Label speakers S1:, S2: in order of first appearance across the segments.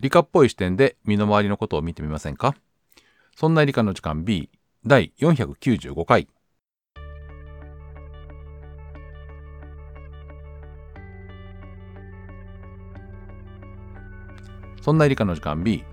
S1: 理科っぽい視点で身の回りのことを見てみませんかそんな理科の時間 B 第495回そんな理科の時間 B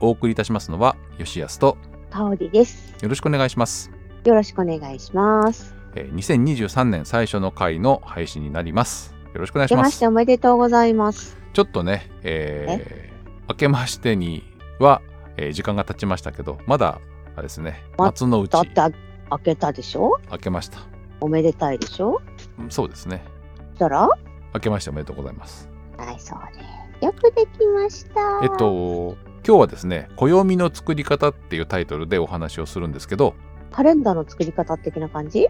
S1: お送りいたしますのは吉安と
S2: 香織です。
S1: よろしくお願いします
S2: よろしくお願いします。
S1: えー2023年最初の回の配信になります。よろしくお願いし
S2: 出
S1: ま。
S2: ますしておめでとうございます。
S1: ちょっとね、えー明けましてには、えー時間が経ちましたけど、まだ、あれですね、
S2: ま
S1: 松の内
S2: だって開けたでしょ
S1: 明けました。
S2: おめでたいでしょ
S1: うんそうですね。
S2: そしたら
S1: 明けましておめでとうございます。
S2: はい、そうです。よくできました。
S1: えっと、今日はですね、暦の作り方っていうタイトルでお話をするんですけど、
S2: カレンダーの作り方的な感じ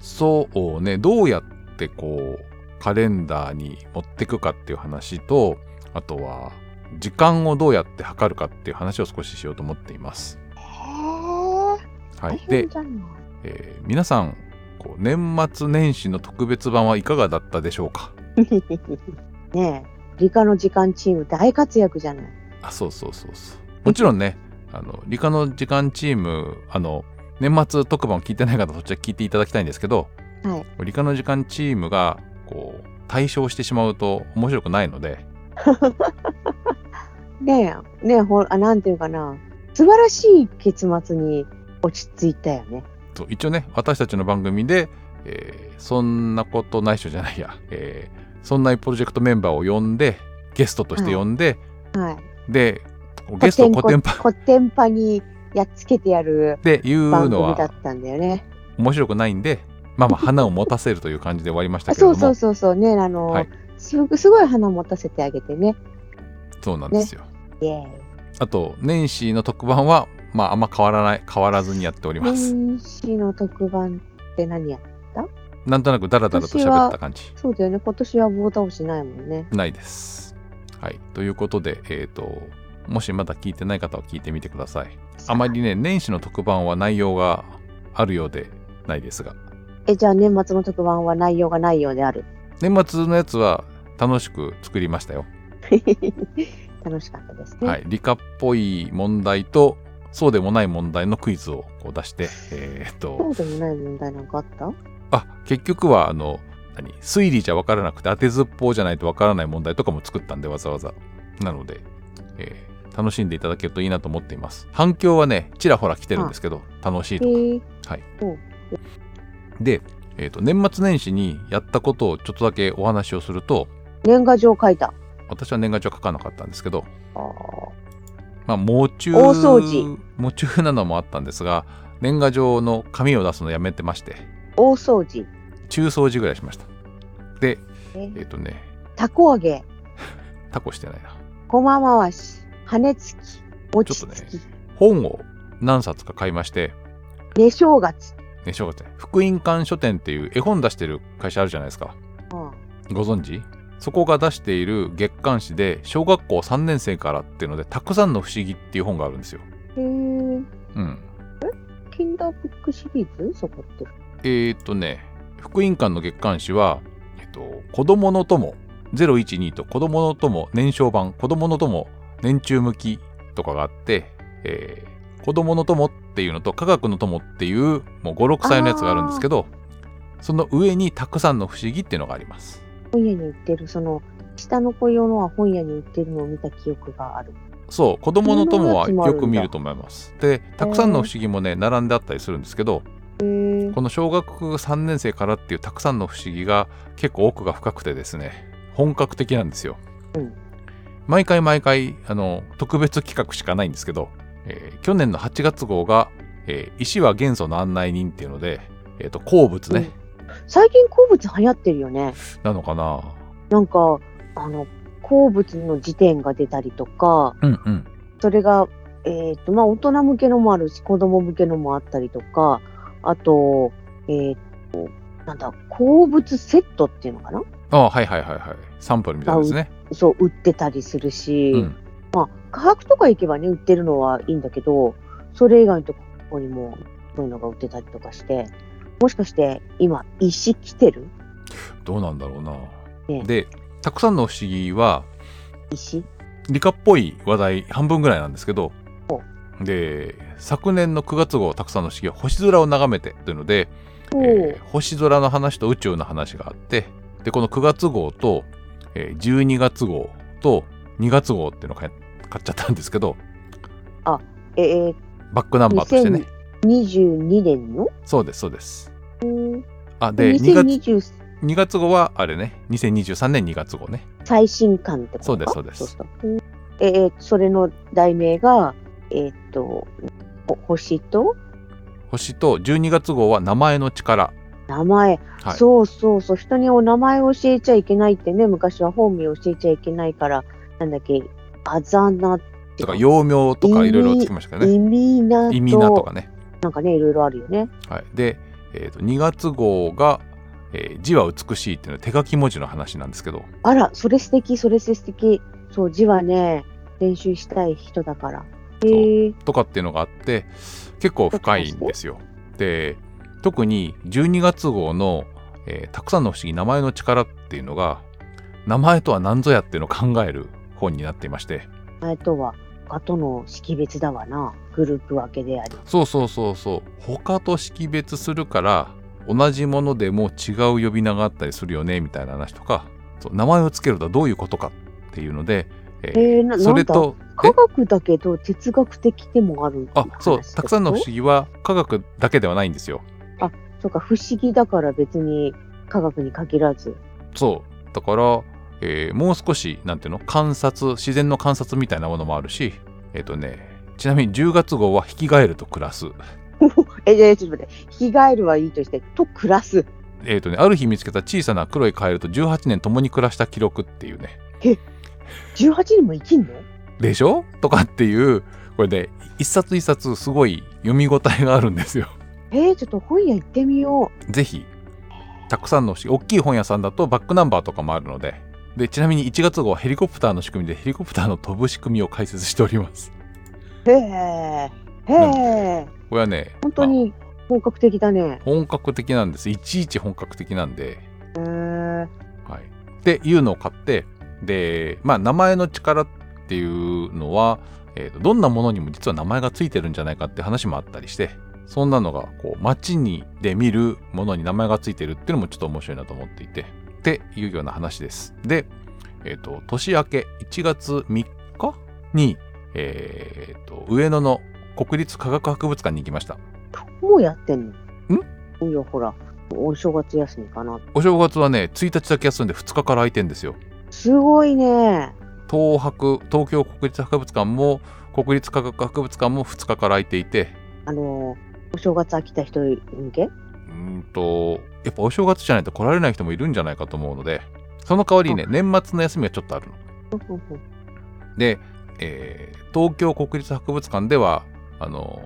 S1: そうね、どうやってこう、カレンダーに持ってくかっていう話と、あとは、時間をどうやって測るかっていう話を少ししようと思っています。
S2: へー。
S1: は
S2: 大
S1: い。で
S2: 変、じゃない。
S1: えー皆さん、こう年末年始の特別版はいかがだったでしょうか
S2: ねえ、理科の時間チーム大活躍じゃない。
S1: あ、そうそうそうそう。もちろんね、あの、理科の時間チーム、あの、年末特番を聞いてない方、そっちは聞いていただきたいんですけど、
S2: はい。
S1: 理科の時間チームが、こう、対象してしまうと面白くないので、
S2: ねえ、ねえ、ほあなんていうかな。素晴らしい結末に落ち着いたよね。
S1: そう一応ね私たちの番組で、えーそんなことないっしょじゃないや、えーそんなプロジェクトメンバーを呼んでゲストとして呼んで、
S2: はい。
S1: でゲストをコテンパン
S2: コテンパにやっつけてやる
S1: っていう
S2: 番
S1: の
S2: 組だ
S1: は
S2: ったんだよね。
S1: 面白くないんでまあまあ花を持たせるという感じで終わりました
S2: あ
S1: けれど
S2: そ
S1: も
S2: うそうそうそうねあの、
S1: はい
S2: すごくすごい花持たせてあげてね。
S1: そうなんですよ、
S2: イエ
S1: あと年始の特番はまああんま変わらない変わらずにやっており
S2: ーイ。
S1: ます、
S2: 年始の特番って何や
S1: なんとなくダラダラと
S2: 私
S1: 喋っ
S2: は
S1: た感じ
S2: そうだよね今年は棒倒しないもんね。
S1: ないですはいということでえっ、ともしまだ聞いてない方は聞いてみてくださいあまりね、年始の特番は内容があるようでないですが、
S2: えじゃあ年末の特番は内容がないようである。
S1: 年末のやつは楽しく作りましたよ。
S2: 楽しかったですね。
S1: はい、理科っぽい問題と、そうでもない問題のクイズをこう出して、えーっ
S2: そ
S1: と
S2: う、でもない問題なんかあった
S1: あ、結局は、あの、何、推理じゃわからなくて、当てずっぽうじゃないとわからない問題とかも作ったんで、わざわざ。なので、えー楽しんでいただけるといいなと思っています。反響はね、ちらほら来てるんですけど、楽しい
S2: え
S1: とか。
S2: ー、
S1: で、えーっと、年末年始にやったことをちょっとだけお話をすると、
S2: 年賀状書いた。
S1: 私は年賀状は書かなかったんですけど、
S2: あー
S1: まあ、喪中
S2: 大掃除
S1: 喪中なのもあったんですが年賀状の紙を出すのやめてまして
S2: 大掃除、
S1: 中掃除ぐらいしましたで
S2: え
S1: えっ、とね
S2: たこ揚げ、
S1: タコしてないな
S2: こま回し、羽根つき、餅
S1: ちょっと
S2: つ
S1: ね
S2: き、
S1: 本を何冊か買いまして
S2: 寝正月。
S1: ね正月ね福音館書店っていう絵本出してる会社あるじゃないですか
S2: うん
S1: ご存知そこが出している月刊誌で小学校3年生からっていうのでたくさんの不思議っていう本があるんですよ
S2: へー
S1: うん
S2: キンダーブックシリーズそこって。
S1: えーっとね、福音館の月刊誌は、えっと、子供の友012と子供の友年少版、子供の友年中向きとかがあって、えー子供の友っていうのと科学の友っていうもう5、6歳のやつがあるんですけど、その上にたくさんの不思議っていうのがあります。
S2: 本屋に売ってる、その、下の子用のは本屋に売ってるのを見た記憶がある。
S1: そう、子供の友は
S2: 子供のやつもあ
S1: よ
S2: るん
S1: く
S2: だ
S1: 見ると思います。で、たくさんの不思議もね、並んであったりするんですけど、
S2: へー
S1: この小学3年生からっていうたくさんの不思議が結構奥が深くてですね本格的なんですよ、
S2: うん
S1: 毎回毎回あの特別企画しかないんですけど、えー去年の8月号が、えー石は元素の案内人」っていうので、えーと鉱物ね、
S2: 最近鉱物流行ってるよね。
S1: なのかな
S2: なんか、あの、鉱物の辞典が出たりとか、
S1: うんうん
S2: それが、えっ、と、まあ、大人向けのもあるし、子供向けのもあったりとか、あと、えっ、と、なんだ、鉱物セットっていうのかな
S1: ああはいはいはいはいサンプルみたいですね、
S2: そう、売ってたりするし、
S1: うん、
S2: 科博とか行けばね売ってるのはいいんだけどそれ以外のとこにもそういうのが売ってたりとかしてもしかして今石来てる
S1: どうなんだろうな、
S2: ね
S1: でたくさんの不思議は
S2: 石
S1: 理科っぽい話題半分ぐらいなんですけどで昨年の9月号たくさんの式は星空を眺めてというので、
S2: お
S1: え
S2: ー
S1: ー星空の話と宇宙の話があってでこの9月号と、えー12月号と2月号っていうのを買い買っちゃったんですけど
S2: えー、
S1: バックナンバーとしてね
S2: 2022年の
S1: そうですそうです
S2: うん
S1: あで2月
S2: 2020
S1: 2月号はあれね2023年2月号ね
S2: 最新刊ってことか
S1: そうですそうです
S2: かうんえー、それの題名が、えーっと、ほ星と
S1: 星と12月号は名前の力
S2: 名前、
S1: はい
S2: そうそうそう、人にお名前を教えちゃいけないってね、昔は本名を教えちゃいけないから、なんだっけ、あざなって
S1: とか幼名とかいろいろつきましたけどね
S2: 意味なと
S1: 意味なとかね
S2: なんかね、いろいろあるよね。
S1: はい、で、えーと2月号が、えー字は美しい」っていうのは手書き文字の話なんですけど
S2: あら、それ素敵、それ素敵。そう、字はね、練習したい人だから。へえ、
S1: とかっていうのがあって結構深いんですよ。で特に12月号の、えーたくさんの不思議名前の力」っていうのが名前とは何ぞやっていうのを考える本になっていまして
S2: 前とは、他との識別だわな。グループ分けであり。
S1: そうそうそうそう他と識別するから同じものでも違う呼び名があったりするよねみたいな話とかそう名前をつけるとはどういうことかっていうので、えー
S2: へえ、なな
S1: それ
S2: んだ
S1: とえ
S2: 科学だけど哲学的でもある
S1: あそう
S2: 話ってこ
S1: た
S2: と
S1: くさんの不思議は科学だけではないんですよ。
S2: そうか不思議だから別に科学に限らず
S1: そうだから、えーもう少しなんていうの観察自然の観察みたいなものもあるしえっ、とねちなみに10月号は「ヒキガエルと暮らす」
S2: えじゃあちょっと待ってヒガエルはいいとしてと暮らす
S1: えっ、とねある日見つけた小さな黒いカエルと18年共に暮らした記録っていうね
S2: 18人も生きんの
S1: でしょとかっていうこれで、一冊一冊すごい読み応えがあるんですよ。
S2: えー、ちょっと本屋行ってみよ
S1: ぜひたくさんのし大きい本屋さんだとバックナンバーとかもあるのででちなみに1月号はヘリコプターの仕組みでヘリコプターの飛ぶ仕組みを解説しております
S2: うへえへえ
S1: これはね
S2: 本当
S1: ま
S2: に本格的だね
S1: あ本格的なんですいちいち本格的なんで、
S2: へえ
S1: はい、っていうのを買ってでまあ名前の力っていうのは、えーとどんなものにも実は名前がついてるんじゃないかって話もあったりしてそんなのがこう街にで見るものに名前がついてるっていうのもちょっと面白いなと思っていてっていうような話です。で、えーと年明け1月3日に、えーと上野の国立科学博物館に行きました。
S2: もうやってんのんいやほらお正月休みかな
S1: お正月はね1日だけ休んで2日から空いてんですよ。
S2: すごいね
S1: 東博東京国立博物館も国立科学博物館も2日から空いていて
S2: あのーお正月飽きた人向け
S1: うーんとやっぱお正月じゃないと来られない人もいるんじゃないかと思うのでその代わりね年末の休みはちょっとあるの。で、えー東京国立博物館ではあの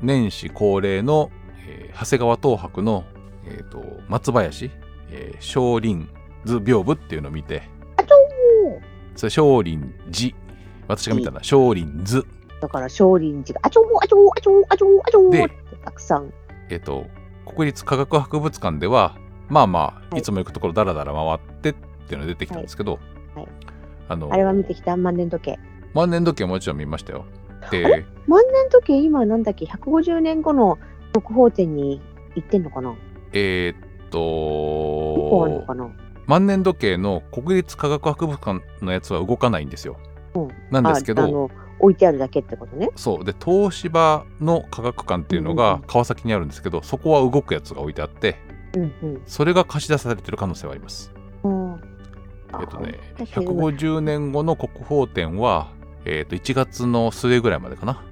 S1: 年始恒例の、えー長谷川東博の、えーと松林、えー少林図屏風っていうのを見てそれ少林寺私が見たのは少林図
S2: だから少林寺があちょーあちょーあちょーあちょーあちょ
S1: で
S2: ーってたくさん
S1: えっと、国立科学博物館では、まあまあ、
S2: はい
S1: いつも行くところだらだら回ってっていうのが出てきたんですけど、
S2: はいはい
S1: あの
S2: あれは見てきた万年時計
S1: 万年時計はもちろん見ました よ。
S2: あ
S1: で、
S2: 万年時計今なんだっけ150年後の国宝展に行ってんのかな
S1: えーっ
S2: どこあるの
S1: と
S2: か、な
S1: 万年時計の国立科学博物館のやつは動かないんですよ。なんですけ
S2: ああ
S1: ど、
S2: の置いてあるだけってことね
S1: そう、で、東芝の科学館っていうの
S2: うんう
S1: が
S2: ん
S1: 川崎にあるんですけど、そこは動くやつが置いてあって、
S2: うん
S1: それが貸し出されてる可能性はあります。
S2: うんうん
S1: えっとね、
S2: あだけど
S1: 150年後の国宝展は、えっと1月の末ぐらいまでかな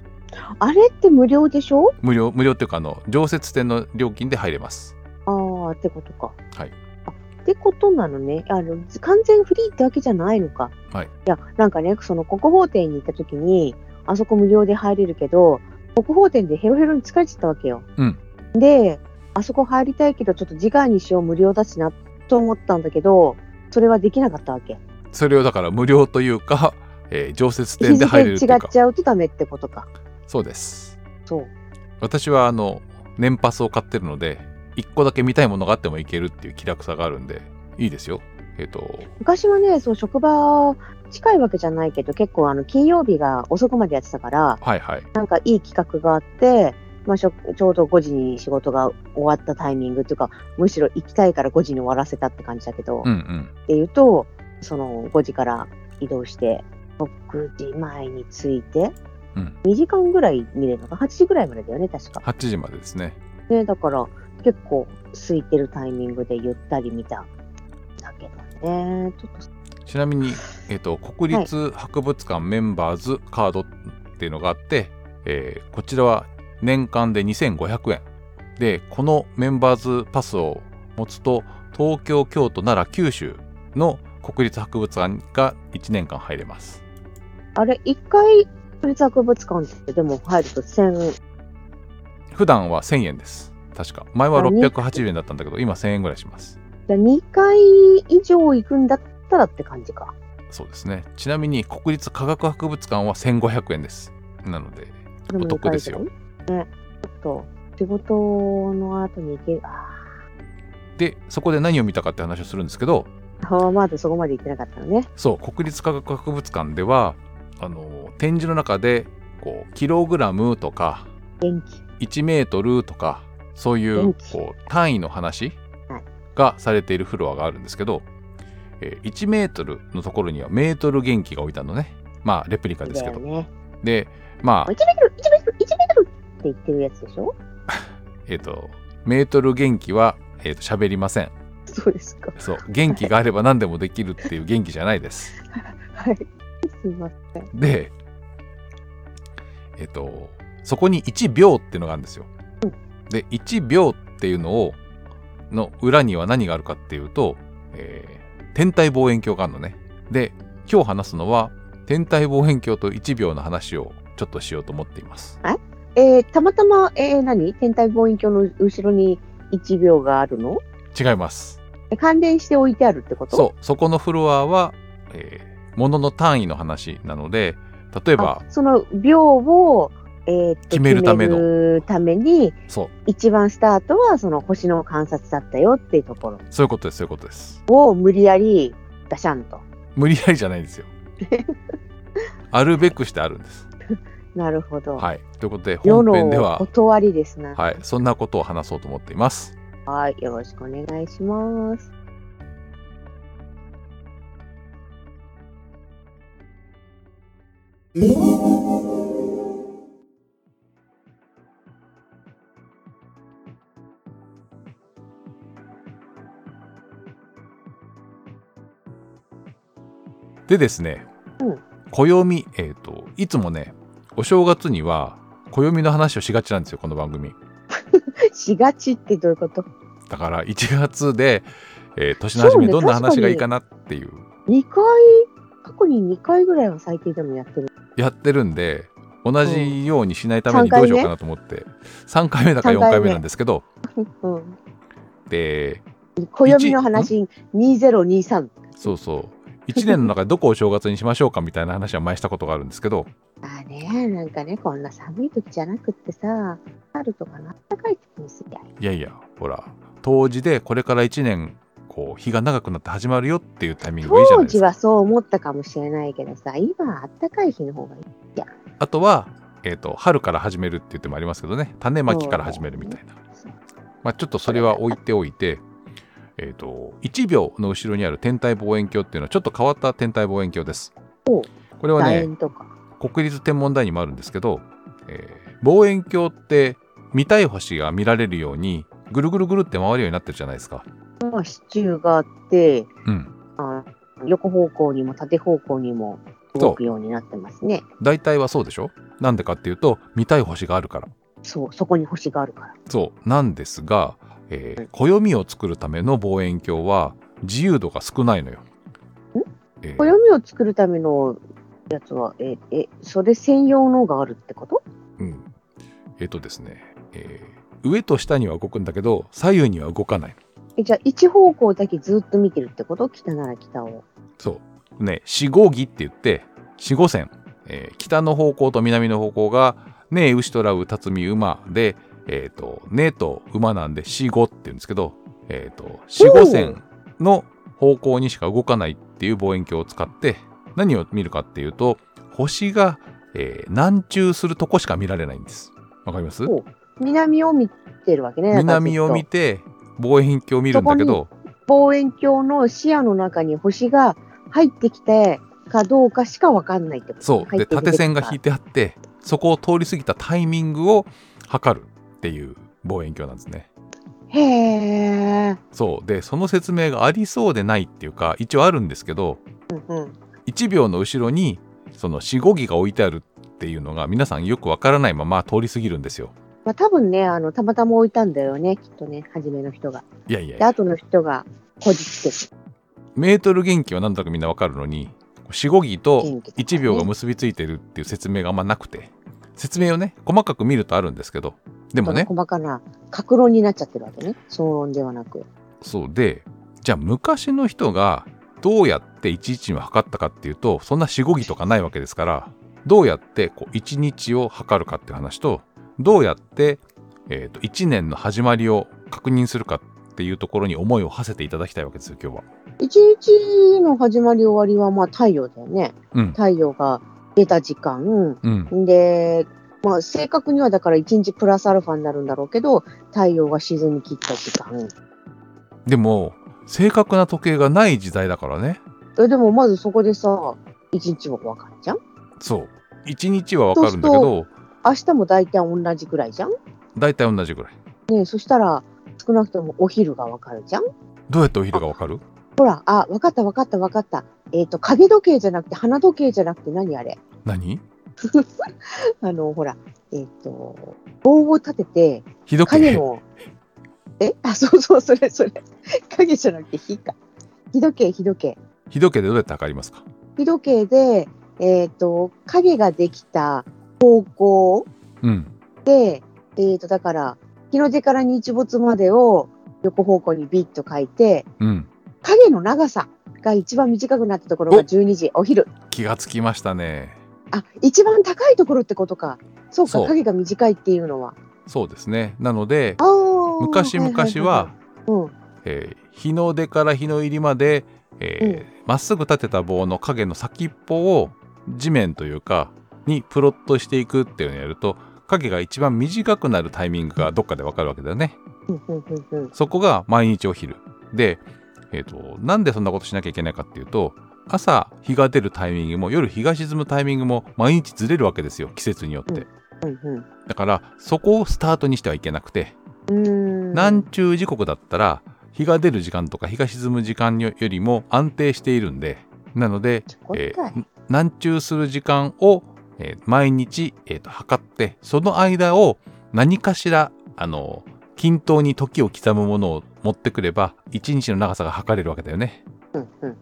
S2: あれって無料でしょ
S1: 無料無料っていうかあの常設店の料金で入れます
S2: ああってことか
S1: はい
S2: あってことなのねあの完全フリーってわけじゃないのか
S1: はい
S2: やなんかねその国宝展に行った時にあそこ無料で入れるけど国宝展でヘロヘロに疲れちゃったわけよ、
S1: うん
S2: であそこ入りたいけどちょっと時間にしよう無料だしなと思ったんだけどそれはできなかったわけ
S1: それをだから無料というか、えー常設
S2: 日
S1: 店で
S2: 付
S1: 入れるとい
S2: 違
S1: う
S2: っ
S1: か
S2: ちゃうとダメってことか
S1: そうです
S2: そう
S1: 私はあの年パスを買ってるので1個だけ見たいものがあってもいけるっていう気楽さがあるんでいいですよえっと、
S2: 昔はね、そう職場近いわけじゃないけど、結構あの金曜日が遅くまでやってたから、
S1: はいはい。
S2: なんかいい企画があって、まあ、しょちょうど5時に仕事が終わったタイミングっていうか、むしろ行きたいから5時に終わらせたって感じだけど、
S1: うん
S2: っ
S1: うん。
S2: ていうと、その5時から移動して、6時前に着いて、
S1: うん
S2: 2時間ぐらい見れるのか、8時ぐらいまでだよね、確か。
S1: 8時までですね。
S2: ね、だから結構空いてるタイミングでゆったり見たんだけどね、ちょっと
S1: ちなみに、えっと、国立博物館メンバーズカードっていうのがあって、えーこちらは年間で2500円でこのメンバーズパスを持つと東京京都奈良九州の国立博物館が1年間入れます
S2: あれ、一回、国立博物館ってでも入ると1000、
S1: 普段は1000円です確か前は
S2: 何
S1: 680円だったんだけど今1000円ぐらいします
S2: 2回以上行くんだったらって感じか。
S1: そうですねちなみに国立科学博物館は1500円ですなので
S2: で
S1: お
S2: も二
S1: 得
S2: 回
S1: ですよ
S2: ね。ちょっと、仕事の後に行ける、あ
S1: でそこで何を見たかって話をするんですけど
S2: ーまだそこまで行ってなかったのね。
S1: そう国立科学博物館ではあの展示の中でこうキログラムとか
S2: 元気。
S1: 1メートルとかそういう
S2: 電気
S1: こう単位の話
S2: はい
S1: がされているフロアがあるんですけど、えー1メートルのところにはメートル元気が置いてあるのねまあレプリカです
S2: だ
S1: け
S2: よ
S1: ど
S2: ね。
S1: でま
S2: 1
S1: あ
S2: メートル、1メートル、1メートルって言ってるやつでしょ
S1: えっ、とメートル元気はえーと喋りません
S2: そうですか。
S1: そう元気があれば何でもできるっていう元気じゃないです
S2: はい。すいません。
S1: で、えっと、そこに1秒っていうのがあるんですよ。で、1秒っていうのを、の裏には何があるかっていうと、えー天体望遠鏡があるのね。で、今日話すのは、天体望遠鏡と1秒の話をちょっとしようと思っています。
S2: えーたまたま、えー何天体望遠鏡の後ろに1秒があるの
S1: 違います。
S2: え関連して置いてあるってこと
S1: そう、そこのフロアは、えー、ものの単位の話なので、例えば
S2: あ、その秒を、えーっと
S1: 決めるための
S2: 決めるために
S1: そう、
S2: 一番スタートはその星の観察だったよっていうところ
S1: そういうことです、そういうことです。
S2: を無理やりガシャンと
S1: 無理やりじゃないんですよ。あるべくしてあるんです。
S2: なるほど、
S1: はい、ということで
S2: 世
S1: 本編で
S2: の
S1: は
S2: お、断りですな
S1: はい、そんなことを話そうと思っています。
S2: はいよろしくお願いします
S1: でですね、
S2: うん
S1: 暦、えっ、といつもね、お正月には暦の話をしがちなんですよこの番組。
S2: しがちってどういうこと
S1: だから1月で、えー年の初めにどんな話がいいかなっていう
S2: 2回過去に2回ぐらいは最低でもやってる
S1: やってるんで。同じようにしないため
S2: う
S1: に
S2: ん
S1: どうしようかなと思って、3回目だか4
S2: 三
S1: 回
S2: 回
S1: 目
S2: 目
S1: なんですけど
S2: うん
S1: で
S2: 暦の話2023
S1: そうそう1年の中でどこをお正月にしましょうかみたいな話は前したことがあるんですけど
S2: ああねなんかねこんな寒い時じゃなくってさ春とかの暖かい時にすりゃいい
S1: いやいや、ほら、当時でこれから1年、こう、日が長くなって始まるよっていうタイミングがいいじゃな
S2: 当
S1: いです
S2: 時
S1: か。
S2: はそう思ったかもしれないけどさ今はあったかい日の方がいい
S1: あとは、えっ、と、春から始めるって言ってもありますけどね、種まきから始めるみたいな。
S2: そう
S1: まあ、ちょっとそれは置いておいて、えっ、と、1秒の後ろにある天体望遠鏡っていうのはちょっと変わった天体望遠鏡です。
S2: お
S1: これは
S2: 楕
S1: ね、
S2: 円とか
S1: 国立天文台にもあるんですけど、えー望遠鏡って見たい星が見られるように、ぐるぐるぐるって回るようになってるじゃないですか。
S2: まあ支柱があって
S1: うん。
S2: あ横方向にも縦方向にも動くようになってますね
S1: 大体はそうでしょなんでかっていうと見たい星があるから
S2: そうそこに星があるから
S1: そうなんですが、えー暦を作るための望遠鏡は自由度が少ないのよ。えー
S2: 暦を作るためのやつはええそれ専用のがあるってこと
S1: うんえっ、とですね、えー上と下には動くんだけど左右には動かない
S2: えじゃあ一方向だけずっと見てるってこと北なら北を
S1: そうね四五儀って言って四五線、えー北の方向と南の方向が「ねえ牛とらう辰巳馬」で「えー、とねえ」と「馬」なんで「四五」って言うんですけど、えー、と四五線の方向にしか動かないっていう望遠鏡を使って何を見るかっていうと星が、えー南中するとこしか見られないんです。わかります
S2: お南を見てるわけね。だから
S1: 南を
S2: ずっと
S1: 見て望遠鏡を見るんだけど
S2: 望遠鏡の視野の中に星が入ってきてかどうかしかわかんないってこと
S1: そうで縦線が引い
S2: て
S1: てあってそこを通り過ぎたタイミングを測るっていう望遠鏡なんですね。
S2: へえ、
S1: そうでその説明がありそうでないっていうか一応あるんですけど
S2: うんうん、
S1: 1秒の後ろにその45ギが置いてあるっていうのが皆さんよくわからないまま通り過ぎるんですよ。
S2: まあ多分ねあのたまたま置いたんだよねきっとね初めの人が
S1: いやいやい
S2: で
S1: や
S2: 後の人がこじつけて
S1: メートル元気はなんとなくみんなわかるのに45ギと
S2: 元気とかね
S1: 1秒が結びついてるっていう説明があんまなくて説明をね細かく見るとあるんですけどでもね
S2: その細かな格論になっちゃってるわけね騒音ではなく
S1: そうでじゃあ昔の人がどうやって112を測ったかっていうとそんな45ギとかないわけですからどうやってこう1日を測るかっていう話とどうやって、えーと1年の始まりを確認するかっていうところに思いを馳せていただきたいわけですよ今日は。
S2: 一日の始まり終わりはまあ太陽だよね
S1: うん
S2: 太陽が出た時間
S1: うん、
S2: で、まあ、正確にはだから1日プラスアルファになるんだろうけど太陽が沈み切った時間
S1: でも正確な時計がない時代だからね
S2: えでもまずそこでさ一日も分かるじゃん
S1: そう1日はわかるんだけど
S2: 明日も大体同じぐらいじゃん
S1: 大体同じぐらい。
S2: ねえそしたら少なくともお昼が分かるじゃん
S1: どうやってお昼がわかる
S2: ほらあ分かった分かった分かったえっ、と影時計じゃなくて花時計じゃなくて何あれ
S1: 何
S2: あのほらえっ、と棒を立てて
S1: 日時
S2: 影
S1: 計
S2: のえ あそうそうそれそ れ影じゃなくて火か日時計日時計
S1: 日時計でどうやって測りますか
S2: 日時計でえっ、と影ができた方向
S1: うん
S2: で、えー、と、だから、日の出から日没までを横方向にビッと書いて、
S1: うん
S2: 影の長さが一番短くなったところが
S1: お
S2: 12時、お昼。
S1: 気がつきましたね
S2: あ、一番高いところってことか。そうか、
S1: そう
S2: 影が短いっていうのは。
S1: そうですねなので
S2: あー
S1: 昔々は,、
S2: いはいはい
S1: えー日の出から日の入りまでま、えーまっすぐ立てた棒の影の先っぽを地面というかにプロットしていくっていうのをやると影が一番短くなるタイミングがどっかでわかるわけだよね。
S2: うんうんうんうんうん
S1: そこが毎日お昼で、えーとなんでそんなことしなきゃいけないかっていうと朝日が出るタイミングも夜日が沈むタイミングも毎日ずれるわけですよ季節によって。
S2: うんうん
S1: だからそこをスタートにしてはいけなくて
S2: うーん
S1: 南中時刻だったら日が出る時間とか日が沈む時間よりも安定しているんでなので、
S2: そこかい
S1: えー南中する時間を、えー毎日、えーと測ってその間を何かしらあの均等に時を刻むものを持ってくれば一日の長さが測れるわけだよね。
S2: うんうんうん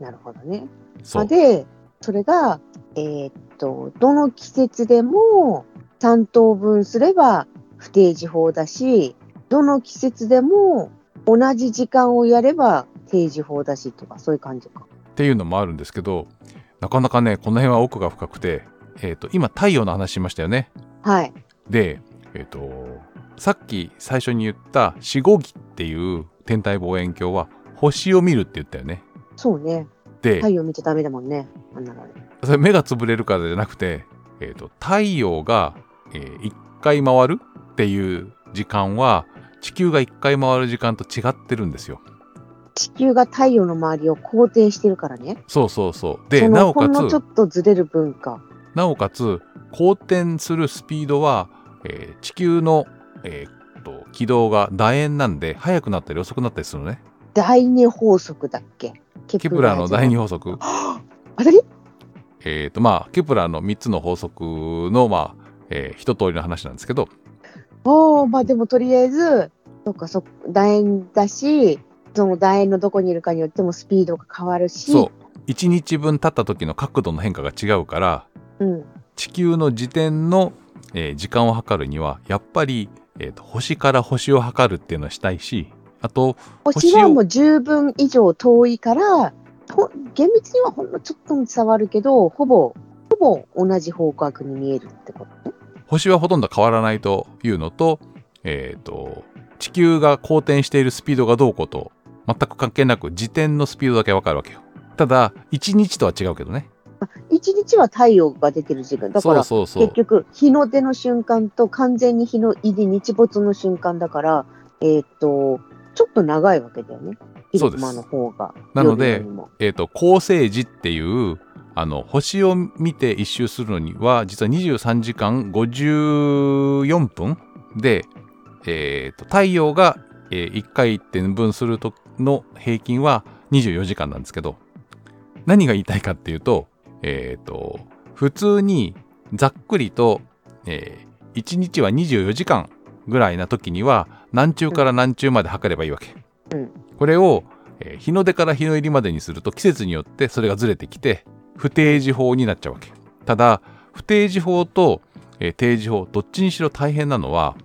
S2: なるほどね。
S1: そ
S2: まあ
S1: う
S2: で、それが、えーっと、どの季節でも3等分すれば不定時法だし、どの季節でも同じ時間をやれば定時法だしとか、そういう感じか。
S1: っていうのもあるんですけどなかなかねこの辺は奥が深くて、えーと今太陽の話しましたよね。
S2: はい。
S1: で、えっとさっき最初に言った「四五儀」っていう天体望遠鏡は星を見るって言ったよね。
S2: そうね。
S1: で、
S2: 太陽見ちゃダメだもんね。あんなのね。
S1: それ目がつぶれるからじゃなくて、えっと太陽が、え1回回るっていう時間は地球が1回回る時間と違ってるんですよ。
S2: 地球が太陽の周りを肯定してるからね。
S1: そうそうそう。で
S2: そ
S1: な
S2: の
S1: おか
S2: ほんのちょ
S1: つ
S2: っとずれる文化。
S1: なおかつ公転するスピードは、えー地球の、えーと軌道が楕円なんで速くなったり遅くなったりするのね。
S2: 第二法則だっけケ
S1: ケプラーの第二法則
S2: あたり
S1: えーとまあ、ケプラーの3つの法則の、まあえー一通りの話なんですけど
S2: おおまあでもとりあえずそっかそっ楕円だしその楕円のどこにいるかによってもスピードが変わるし
S1: そう1日分経った時の角度の変化が違うから
S2: う、ん、
S1: 地球の時点の、えー時間を測るにはやっぱり、えーと星から星を測るっていうのはしたいしあと
S2: 星はもう十分以上遠いからほ厳密にはほんのちょっとに伝わるけどほぼほぼ同じ方角に見えるってことね。
S1: 星はほとんど変わらないというのと,、えーと地球が公転しているスピードがどうこうと全く関係なく時点のスピードだけわかるわけよただ1日とは違うけどね
S2: 一日は太陽が出てる時間だか
S1: そ
S2: ら
S1: うそうそう
S2: 結局日の出の瞬間と完全に日の入り日没の瞬間だからえーっとちょっと長いわけだよね
S1: そう
S2: 昼
S1: です
S2: 間の方が
S1: なので
S2: 夜よりも
S1: えー、と恒星時っていうあの星を見て一周するのには実は23時間54分で、えー、と太陽が、え1回1.2分するとの平均は24時間なんですけど何が言いたいかっていうと,、えー、と普通にざっくりと、え1日は24時間ぐらいな時には何中から何中まで測ればいいわけ。
S2: うん
S1: これをえー日の出から日の入りまでにすると季節によってそれがずれてきて不定時法になっちゃうわけただ不定時法と、えー定時法どっちにしろ大変なのは、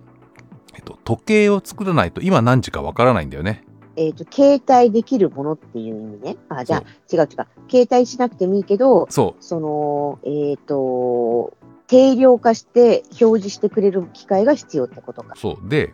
S1: えっと、時計を作らないと今何時かわからないんだよね
S2: えーっと携帯できるものっていう意味ねあじゃあ違う違う携帯しなくてもいいけど
S1: そ
S2: そのえーっと定量化して表示してくれる機械が必要ってことか
S1: うそうで、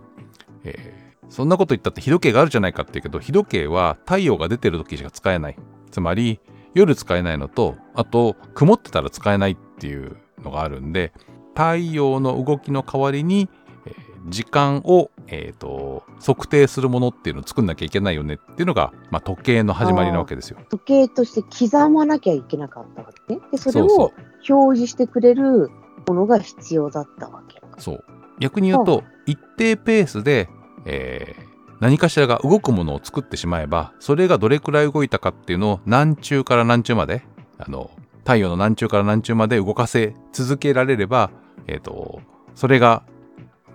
S1: えーそんなこと言ったって日時計があるじゃないかって言うけど日時計は太陽が出てる時しか使えないつまり夜使えないのとあと曇ってたら使えないっていうのがあるんで太陽の動きの代わりに、えー時間を、えー、と測定するものっていうのを作んなきゃいけないよねっていうのが、まあ、時計の始まりなわけですよ。
S2: 時計として刻まなきゃいけなかったわけねでそれ
S1: う
S2: を表示してくれるものが必要だったわけか
S1: そうそう逆に言うと一定ペースで、えー何かしらが動くものを作ってしまえばそれがどれくらい動いたかっていうのを何中から何中まであの太陽の何中から何中まで動かせ続けられれば、えー、とそれが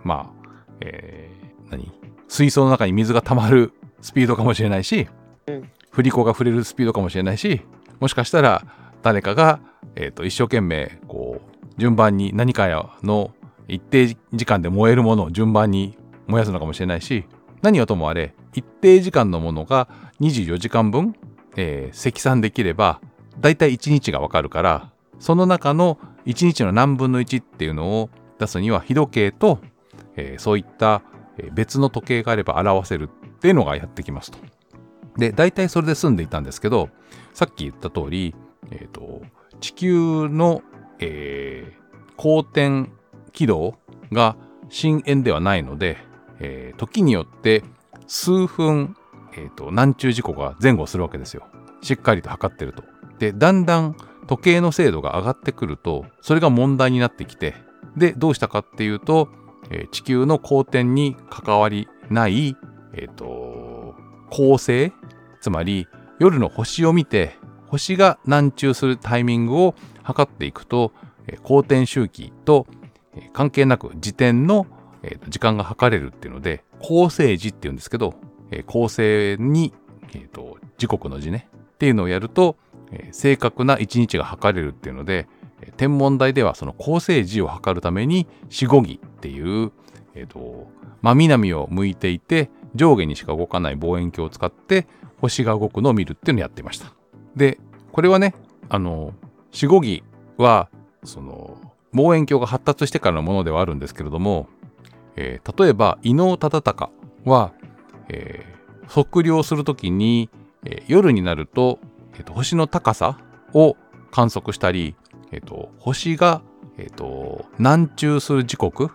S1: まあ、えー何水槽の中に水が溜まるスピードかもしれないし、
S2: うん
S1: 振り子が触れるスピードかもしれないしもしかしたら誰かが、えー、と一生懸命こう順番に何かの一定時間で燃えるものを順番に燃やすのかもしれないし何はともあれ一定時間のものが24時間分、えー積算できればだいたい1日がわかるからその中の1日の何分の1っていうのを出すには日時計と、えーそういったえー別の時計があれば表せるっていうのがやってきますと。で大体それで済んでいたんですけどさっき言った通り、えーと地球の、えー公転軌道が深円ではないので、えー時によって数分、えー、と南中時刻が前後するわけですよしっかりと測ってると。でだんだん時計の精度が上がってくるとそれが問題になってきてでどうしたかっていうと、えー地球の公転に関わりない、えー、と恒星つまり夜の星を見て星が南中するタイミングを測っていくと、えー公転周期と、えー関係なく時点の、えーと時間が測れるっていうので恒星時っていうんですけど、えー恒星に、えーと時刻の時ねっていうのをやると、えー正確な一日が測れるっていうので、えー天文台ではその恒星時を測るために四五儀っていう、えーと真南を向いていて上下にしか動かない望遠鏡を使って星が動くのを見るっていうのをやっていました。でこれはねあの四五儀はその望遠鏡が発達してからのものではあるんですけれども、えー例えば伊能忠敬は、えー測量するときに、えー夜になると,、えーと星の高さを観測したり、えーと星が、えーと南中する時刻っ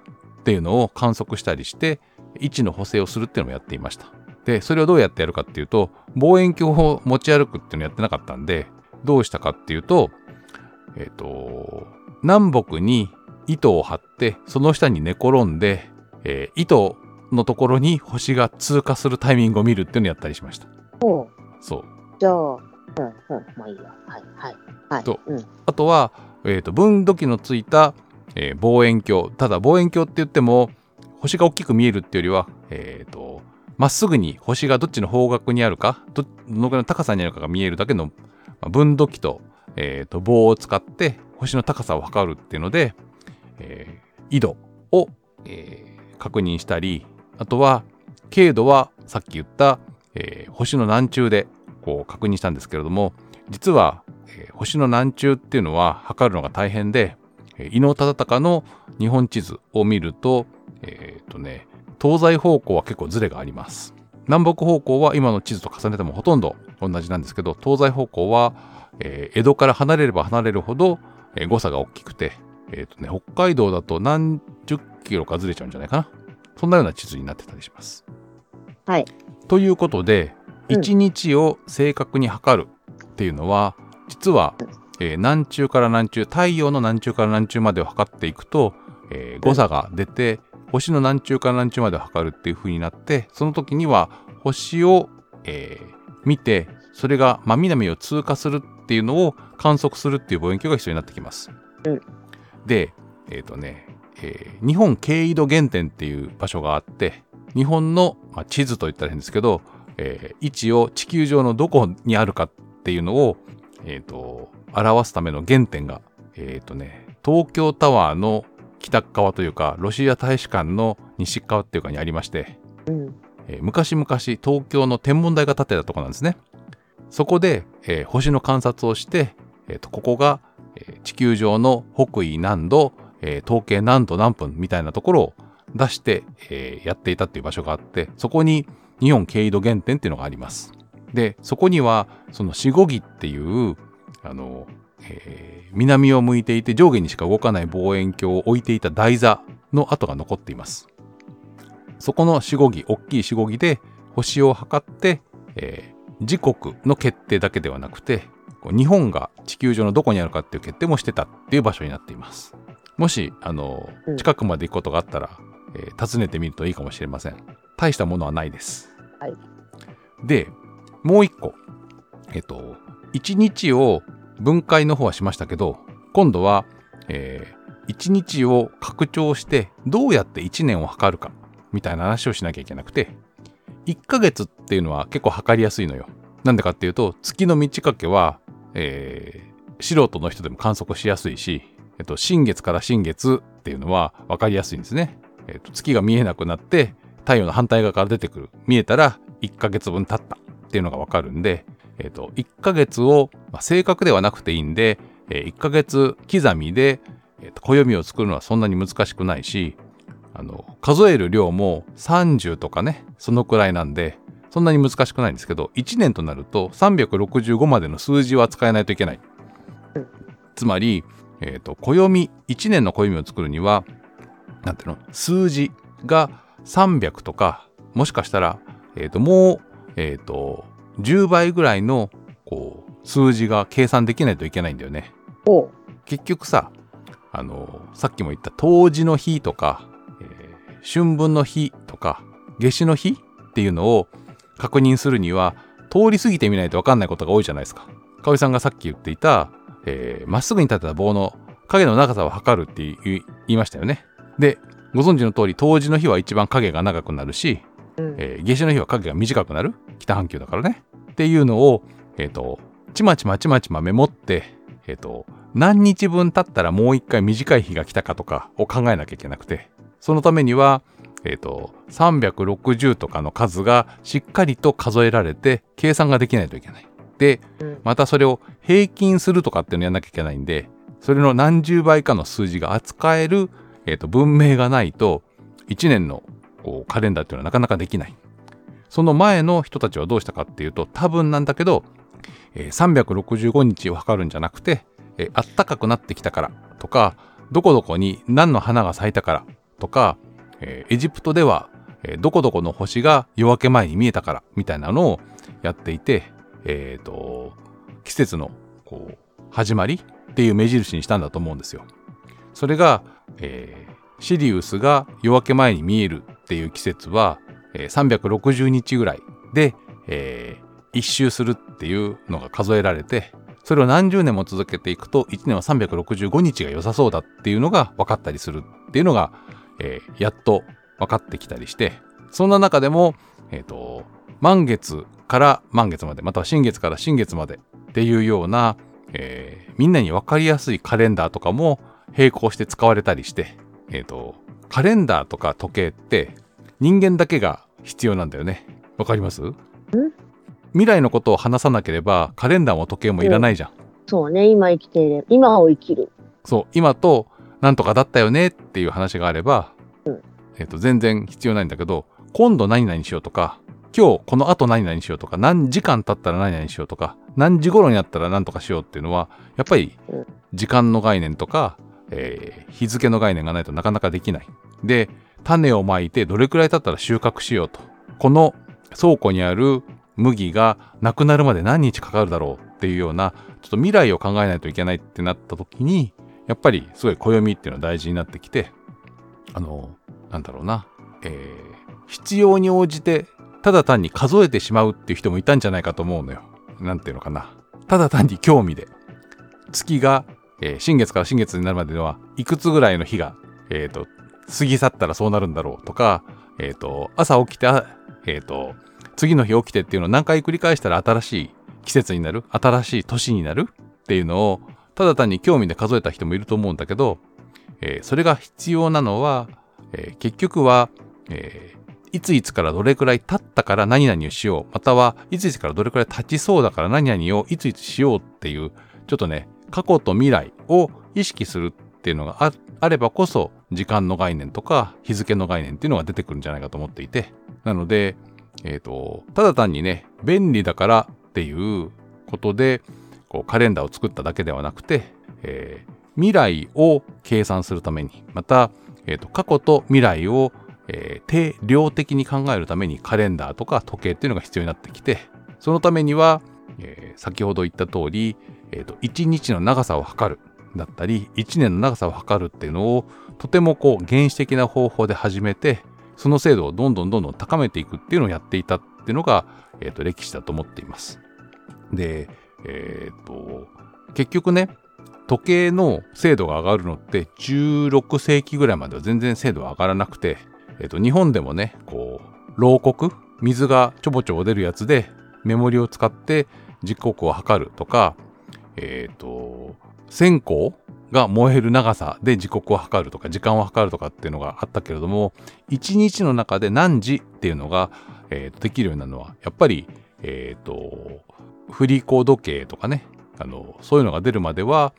S1: ていうのを観測したりして位置の補正をするっていうのをやっていました。でそれをどうやってやるかっていうと望遠鏡を持ち歩くっていうのをやってなかったんでどうしたかっていうとえっ、と南北に糸を張ってその下に寝転んで、えー糸のところに星が通過するタイミングを見るっていうのをやったりしました。
S2: ほう
S1: そう
S2: じゃあ、うんうん、まあいいやはいはいはい
S1: と
S2: うん、
S1: あとは、えー、と分度器のついた、えー望遠鏡ただ望遠鏡って言っても星が大きく見えるっていうよりはえっ、とまっすぐに星がどっちの方角にあるかどどのくらいの高さにあるかが見えるだけの、まあ分度器と,、えーと棒を使って星の高さを測るっていうので、えー緯度を、えー確認したりあとは経度はさっき言った、えー星の南中でこう確認したんですけれども実は、えー星の南中っていうのは測るのが大変で、えー伊能忠敬の日本地図を見るとえっ、とね東西方向は結構ズレがあります。南北方向は今の地図と重ねてもほとんど同じなんですけど東西方向は、えー江戸から離れれば離れるほど、えー誤差が大きくて、えーとね、北海道だと何十キロかずれちゃうんじゃないかなそんなような地図になってたりします。
S2: はい、
S1: ということで
S2: うん
S1: 1日を正確に測るっていうのは、実は、えー南中から南中太陽の南中から南中までを測っていくと、えー誤差が出て星の南中から南中までを測るっていう風になってその時には星を、えー見てそれが真南を通過するっていうのを観測するっていう望遠鏡が必要になってきます。
S2: うん
S1: でえっ、とね、えー日本経緯度原点っていう場所があって日本の、まあ、地図といったら変ですけど、えー位置を地球上のどこにあるかっていうのを、えー、と表すための原点が、えーとね、東京タワーの北側というかロシア大使館の西側っていうかにありまして
S2: うん、
S1: えー昔々東京の天文台が建てたとこなんですね。そこで、えー星の観察をして、えーとここが、えー地球上の北緯何度、えー統計何度何分みたいなところを出して、えーやっていたっていう場所があってそこに日本経緯度原点っていうのがあります。でそこにはその四五儀っていうあの、えー南を向いていて上下にしか動かない望遠鏡を置いていた台座の跡が残っています。そこの四五儀、大きい四五儀で星を測って、えー時刻の決定だけではなくて、こう日本が地球上のどこにあるかっていう決定もしてたっていう場所になっています。もし、あの
S2: う、ん
S1: 近くまで行くことがあったら、えー訪ねてみるといいかもしれません。大したものはないです。
S2: はい
S1: で、もう一個。えっと、一日を分解の方はしましたけど、今度は、えー、1日を拡張してどうやって1年を測るかみたいな話をしなきゃいけなくて1ヶ月っていうのは結構測りやすいのよ。なんでかっていうと月の満ち欠けは、えー素人の人でも観測しやすいし、えっと、新月から新月っていうのは分かりやすいんですね。えっと、月が見えなくなって太陽の反対側から出てくる見えたら1ヶ月分経ったっていうのが分かるんで、えっと、1ヶ月を、まあ、正確ではなくていいんで、え1ヶ月刻みで、えー、と暦を作るのはそんなに難しくないしあの数える量も30とかねそのくらいなんでそんなに難しくないんですけど1年となると365までの数字を扱えないといけない
S2: うん
S1: つまり、えー、と暦1年の暦を作るにはなんていうの数字が300とかもしかしたら、えー、ともう、えー、と10倍ぐらいのこう数字が計算できないといけないんだよね。
S2: おう
S1: 結局さあのさっきも言った冬至の日とか、えー春分の日とか夏至の日っていうのを確認するには通り過ぎてみないと分かんないことが多いじゃないですか。かおりさんがさっき言っていたえーまっすぐに立てた棒の影の長さを測るって言い言いましたよね。でご存知の通り冬至の日は一番影が長くなるし
S2: うん
S1: えー夏至の日は影が短くなる北半球だからねっていうのを、えー、とちまちまちまちまメモって、えー、と何日分経ったらもう一回短い日が来たかとかを考えなきゃいけなくてそのためには、えー、と360とかの数がしっかりと数えられて計算ができないといけない。で
S2: うん
S1: またそれを平均するとかっていうのやんなきゃいけないんでそれの何十倍かの数字が扱える、えー、と文明がないと1年のこうカレンダーっていうのはなかなかできない。その前の人たちはどうしたかっていうと多分なんだけど、えー365日を測るんじゃなくて、えーあったかくなってきたからとかどこどこに何の花が咲いたからとか、えーエジプトでは、えーどこどこの星が夜明け前に見えたからみたいなのをやっていて、えー、と季節のこう始まりっていう目印にしたんだと思うんですよ。それが、えーシリウスが夜明け前に見えるっていう季節は、えー360日ぐらいで、えー一周するっていうのが数えられてそれを何十年も続けていくと1年は365日が良さそうだっていうのが分かったりするっていうのが、えーやっと分かってきたりしてそんな中でも、えーと満月から満月までまたは新月から新月までっていうような、えーみんなに分かりやすいカレンダーとかも並行して使われたりして、えー、とカレンダーとか時計って人間だけが必要なんだよねわかります未来のことを話さなければカレンダーも時計もいらないじゃん、
S2: そうね今生きている今を生きる
S1: そう今となんとかだったよねっていう話があれば、
S2: うん
S1: えー、と全然必要ないんだけど今度何々しようとか昨今日この後何々しようとか何時間経ったら何々しようとか何時頃になったら何とかしようっていうのはやっぱり
S2: うん
S1: 時間の概念とか、えー日付の概念がないとなかなかできない。で種をまいてどれくらい経ったら収穫しようとこの倉庫にある麦がなくなるまで何日かかるだろうっていうようなちょっと未来を考えないといけないってなった時にやっぱりすごい暦っていうのは大事になってきてあのなんだろうな、えー必要に応じてただ単に数えてしまうっていう人もいたんじゃないかと思うのよ。なんていうのかな。ただ単に興味で月が、えー新月から新月になるまでのはいくつぐらいの日が、えー、と過ぎ去ったらそうなるんだろうとか、えー、と朝起きて、あえー、と次の日起きてっていうのを何回繰り返したら新しい季節になる新しい年になるっていうのをただ単に興味で数えた人もいると思うんだけど、えーそれが必要なのは、えー結局は、えーいついつからどれくらい経ったから何々をしようまたはいついつからどれくらい経ちそうだから何々をいついつしようっていうちょっとね過去と未来を意識するっていうのがああればこそ時間の概念とか日付の概念っていうのが出てくるんじゃないかと思っていてなので、えー、とただ単にね便利だからっていうことでこうカレンダーを作っただけではなくて、えー未来を計算するためにまた、えーと過去と未来を、えー定量的に考えるためにカレンダーとか時計っていうのが必要になってきてそのためには、えー先ほど言った通り、えーと1日の長さを測るだったり1年の長さを測るっていうのをとてもこう原始的な方法で始めてその精度をどんどんどんどん高めていくっていうのをやっていたっていうのが、えーと歴史だと思っています。で、えーと結局ね時計の精度が上がるのって16世紀ぐらいまでは全然精度は上がらなくて、えっと日本でもねこう牢獄水がちょぼちょぼ出るやつでメモリを使って時刻を測るとか、えっと線香が燃える長さで時刻を測るとか時間を測るとかっていうのがあったけれども1日の中で何時っていうのが、えーとできるようになるのはやっぱり、えっと振り子時計とかねあのそういうのが出るまでは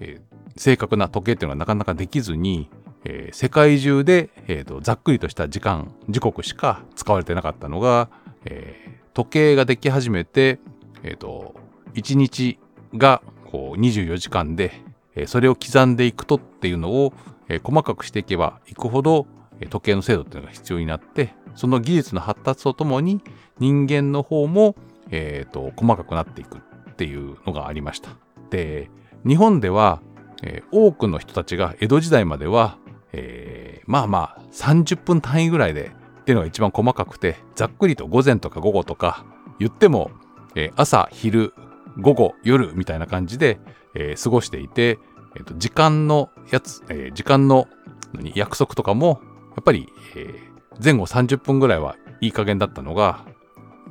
S1: えー正確な時計っていうのがなかなかできずに、えー世界中で、えーとざっくりとした時間時刻しか使われてなかったのが、えー時計ができ始めて、えーと1日がこう24時間で、えーそれを刻んでいくとっていうのを、えー細かくしていけばいくほど、えー時計の精度っていうのが必要になってその技術の発達とともに人間の方も、えーと細かくなっていくっていうのがありました。で日本では、えー多くの人たちが江戸時代までは、えーまあまあ30分単位ぐらいでっていうのが一番細かくてざっくりと午前とか午後とか言っても、えー朝昼午後夜みたいな感じで、えー過ごしていて、えーと時間のやつ、えー時間の何約束とかもやっぱり、えー前後30分ぐらいはいい加減だったのが、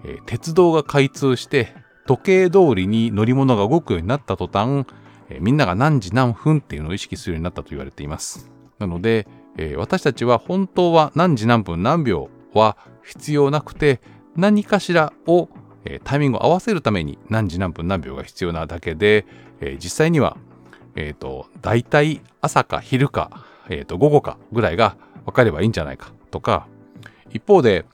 S1: えー鉄道が開通して時計通りに乗り物が動くようになった途端えーみんなが何時何分っていうのを意識するようになったと言われています。なので、えー私たちは本当は何時何分何秒は必要なくて何かしらを、えータイミングを合わせるために何時何分何秒が必要なだけで、えー実際には、えー、と大体朝か昼か、えーと午後かぐらいが分かればいいんじゃないかとか一方で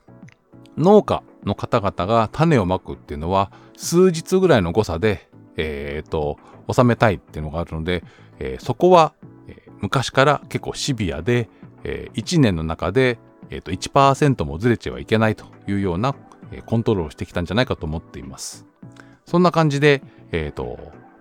S1: 農家の方々が種をまくっていうのは数日ぐらいの誤差で、えーと収めたいっていうのがあるので、えーそこは、えー昔から結構シビアで、え1年の中で、えー、と1%もずれてはいけないというような、えーコントロールをしてきたんじゃないかと思っています。そんな感じで、えーと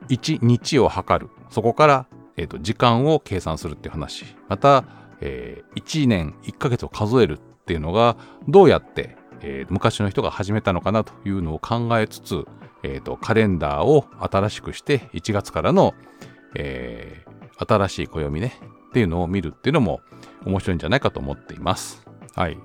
S1: 1日を測るそこから、えーと時間を計算するっていう話また、え1年1ヶ月を数えるっていうのがどうやって、えー昔の人が始めたのかなというのを考えつつ、えーとカレンダーを新しくして1月からの、えー新しい暦ねっていうのを見るっていうのも面白いんじゃないかと思っています。はい、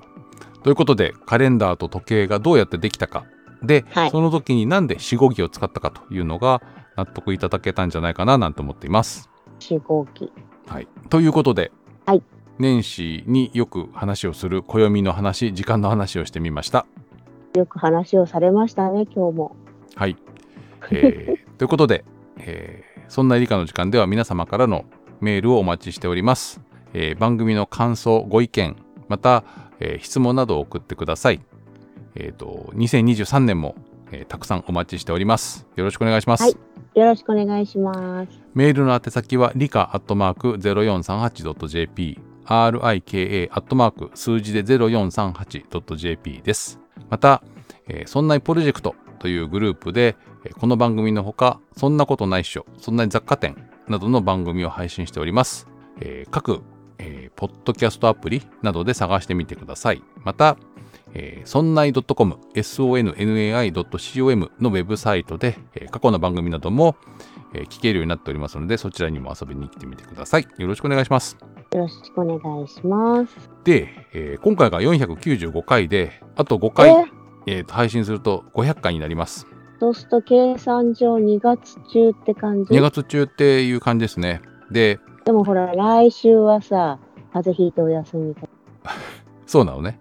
S1: ということでカレンダーと時計がどうやってできたかで、
S2: はい
S1: その時になんで四五儀を使ったかというのが納得いただけたんじゃないかななんて思っています。
S2: 四号機。
S1: はい、ということで、
S2: はい
S1: 年始によく話をする暦の話時間の話をしてみました。
S2: よく話をされましたね、今日も。
S1: はい、えーということで、えーそんな理科の時間では皆様からのメールをお待ちしております、えー番組の感想ご意見また、えー質問などを送ってください、えっ、と、2023年も、えーたくさんお待ちしております。よろしくお願いします。
S2: はいよろしくお願いします。
S1: メールの宛先は理科アットマーク 0438.jp rika アットマーク数字で 0438.jp です。また、えーそんなプロジェクトというグループで、えーこの番組のほか、そんなことないっしょ、そんな雑貨店などの番組を配信しております。えー各、えーポッドキャストアプリなどで探してみてください。また、えー、そんない .com、sonnai.com のウェブサイトで、えー過去の番組なども、えー聞けるようになっておりますので、そちらにも遊びに来てみてください。よろしくお願いします。
S2: よろしくお願いします。
S1: で、えー今回が495回で、あと5
S2: え
S1: 回、えーと配信すると500回になります。
S2: そうすると計算上2月中って感じ
S1: 2。月中っていう感じですね。で、
S2: でもほら、来週はさ、風邪ひいてお休みだ
S1: そうなのね。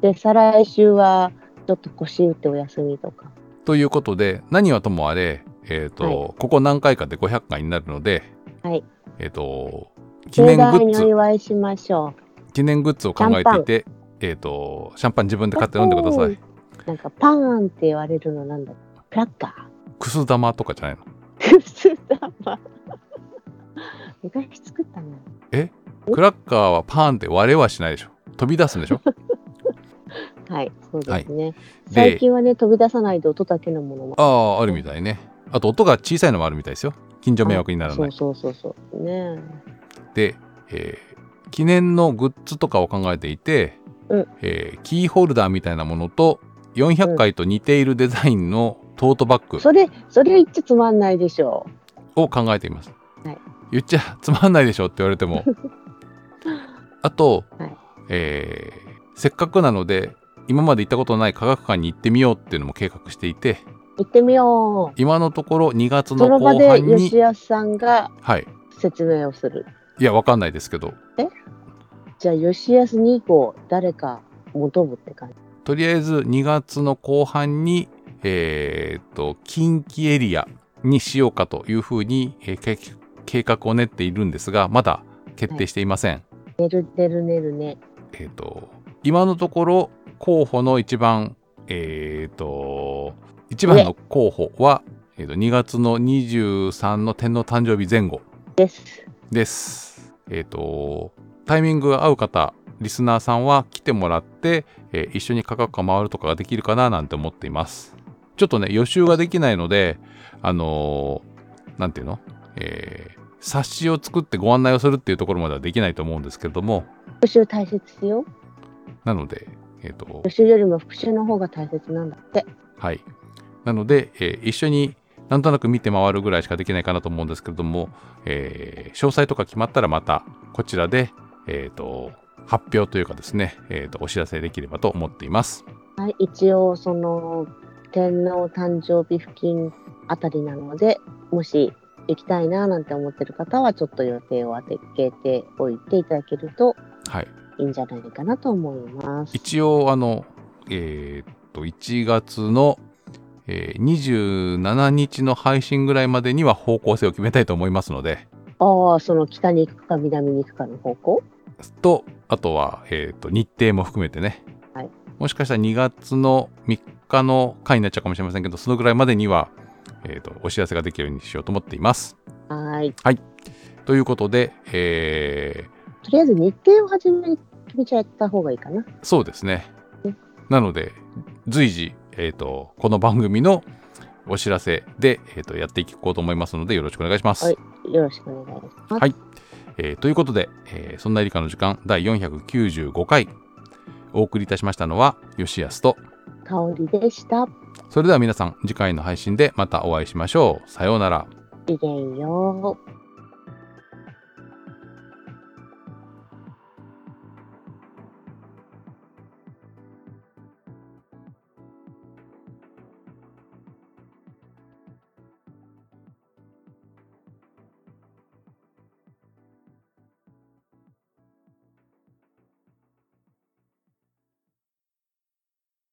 S2: で、再来週はちょっと腰打ってお休みとか。
S1: ということで、何はともあれ、えっ、と、
S2: は
S1: ここ何回かで500回になるので、
S2: はい
S1: えっ、と、記念
S2: 盛
S1: グ
S2: 大
S1: ッ
S2: に
S1: ズ
S2: お、祝いしましょ
S1: 記念グッズを考えていて、えっ、と、シャンパン自分で買って飲んでください。
S2: う。なんかパーンって言われるのなんだっけクラッカ
S1: くす玉とかじゃないの
S2: ー。く す玉。昔作ったな。
S1: クラッカーはパーンって割れはしないでしょ。飛び出すんでしょ
S2: はい、そうですね。
S1: で
S2: 最近はね、飛び出さないで音だけのものも。
S1: ああ、あるみたいね。あと、音が小さいのもあるみたいですよ。近所迷惑になら
S2: そ
S1: な
S2: う
S1: い。
S2: そうそうそう。ね
S1: で、えー記念のグッズとかを考えていて、
S2: うん
S1: えーキーホルダーみたいなものと、400回と似ているデザインのトートバッグ
S2: えそれ、それ言っちゃつまんないでしょ
S1: を考えています。
S2: はい
S1: 言っちゃつまんないでしょって言われても。 あと、
S2: はい
S1: えーせっかくなので今まで行ったことない科学館に行ってみようっていうのも計画していて
S2: 行ってみよ
S1: 今のところ2月
S2: う。
S1: の
S2: その場
S1: 後
S2: で
S1: 半
S2: 吉
S1: に
S2: 安さんが
S1: はい
S2: 説明をする。
S1: いやわかんないですけど
S2: じゃあ、吉安2号、誰か求むって感じ。
S1: とりあえず2月の後半にえーっと近畿エリアにしようかというふうに、えー計計画を練っているんですがまだ決定していません。
S2: 寝る寝る寝るね。
S1: えっ、と、今のところ候補の一番、えっ、と、一番の候補は、えー、と2月の23の天皇誕生日前後
S2: です。
S1: です。えっ、と、タイミングが合う方、リスナーさんは来てもらって、えー一緒に価格が回るとかができるかななんて思っています。ちょっとね、予習ができないので、あのーなんていうのえー冊子を作ってご案内をするっていうところまではできないと思うんですけれども、
S2: 復習大切よ。
S1: なので、えっ、と、
S2: 予習よりも復習の方が大切なんだって。
S1: はい。なので、えー一緒になんとなく見て回るぐらいしかできないかなと思うんですけれども、えー詳細とか決まったらまたこちらで、えー、と発表というかですね、えー、とお知らせできればと思っています。
S2: はい、一応、その、天皇誕生日付近あたりなので、もし行きたいななんて思ってる方は、ちょっと予定を当てておいていただけると
S1: はい、
S2: いいんじゃないかなと思います。
S1: 一応あの、えー、と1月の、えー27日の配信ぐらいまでには方向性を決めたいと思いますので
S2: ああ、その北に行くか南に行くかの方向
S1: とあとは、えー、と日程も含めてね、
S2: はい
S1: もしかしたら2月の3日の回になっちゃうかもしれませんけどそのぐらいまでには、えー、とお知らせができるようにしようと思っています。
S2: はい。
S1: ということで、え
S2: とりあえず日程を始めに決めちゃった方がいいかな。
S1: ーそうですねなので随時、えー、とこの番組のお知らせで、えー、とやっていこうと思いますのでよろしくお願いします。
S2: はいよろしくお願いします。
S1: はいえーということで、えーそんな理科の時間第495回お送りいたしましたのは吉安と
S2: 香りでした。
S1: それでは皆さん次回の配信でまたお会いしましょう。さようなら。
S2: ごきげんよう。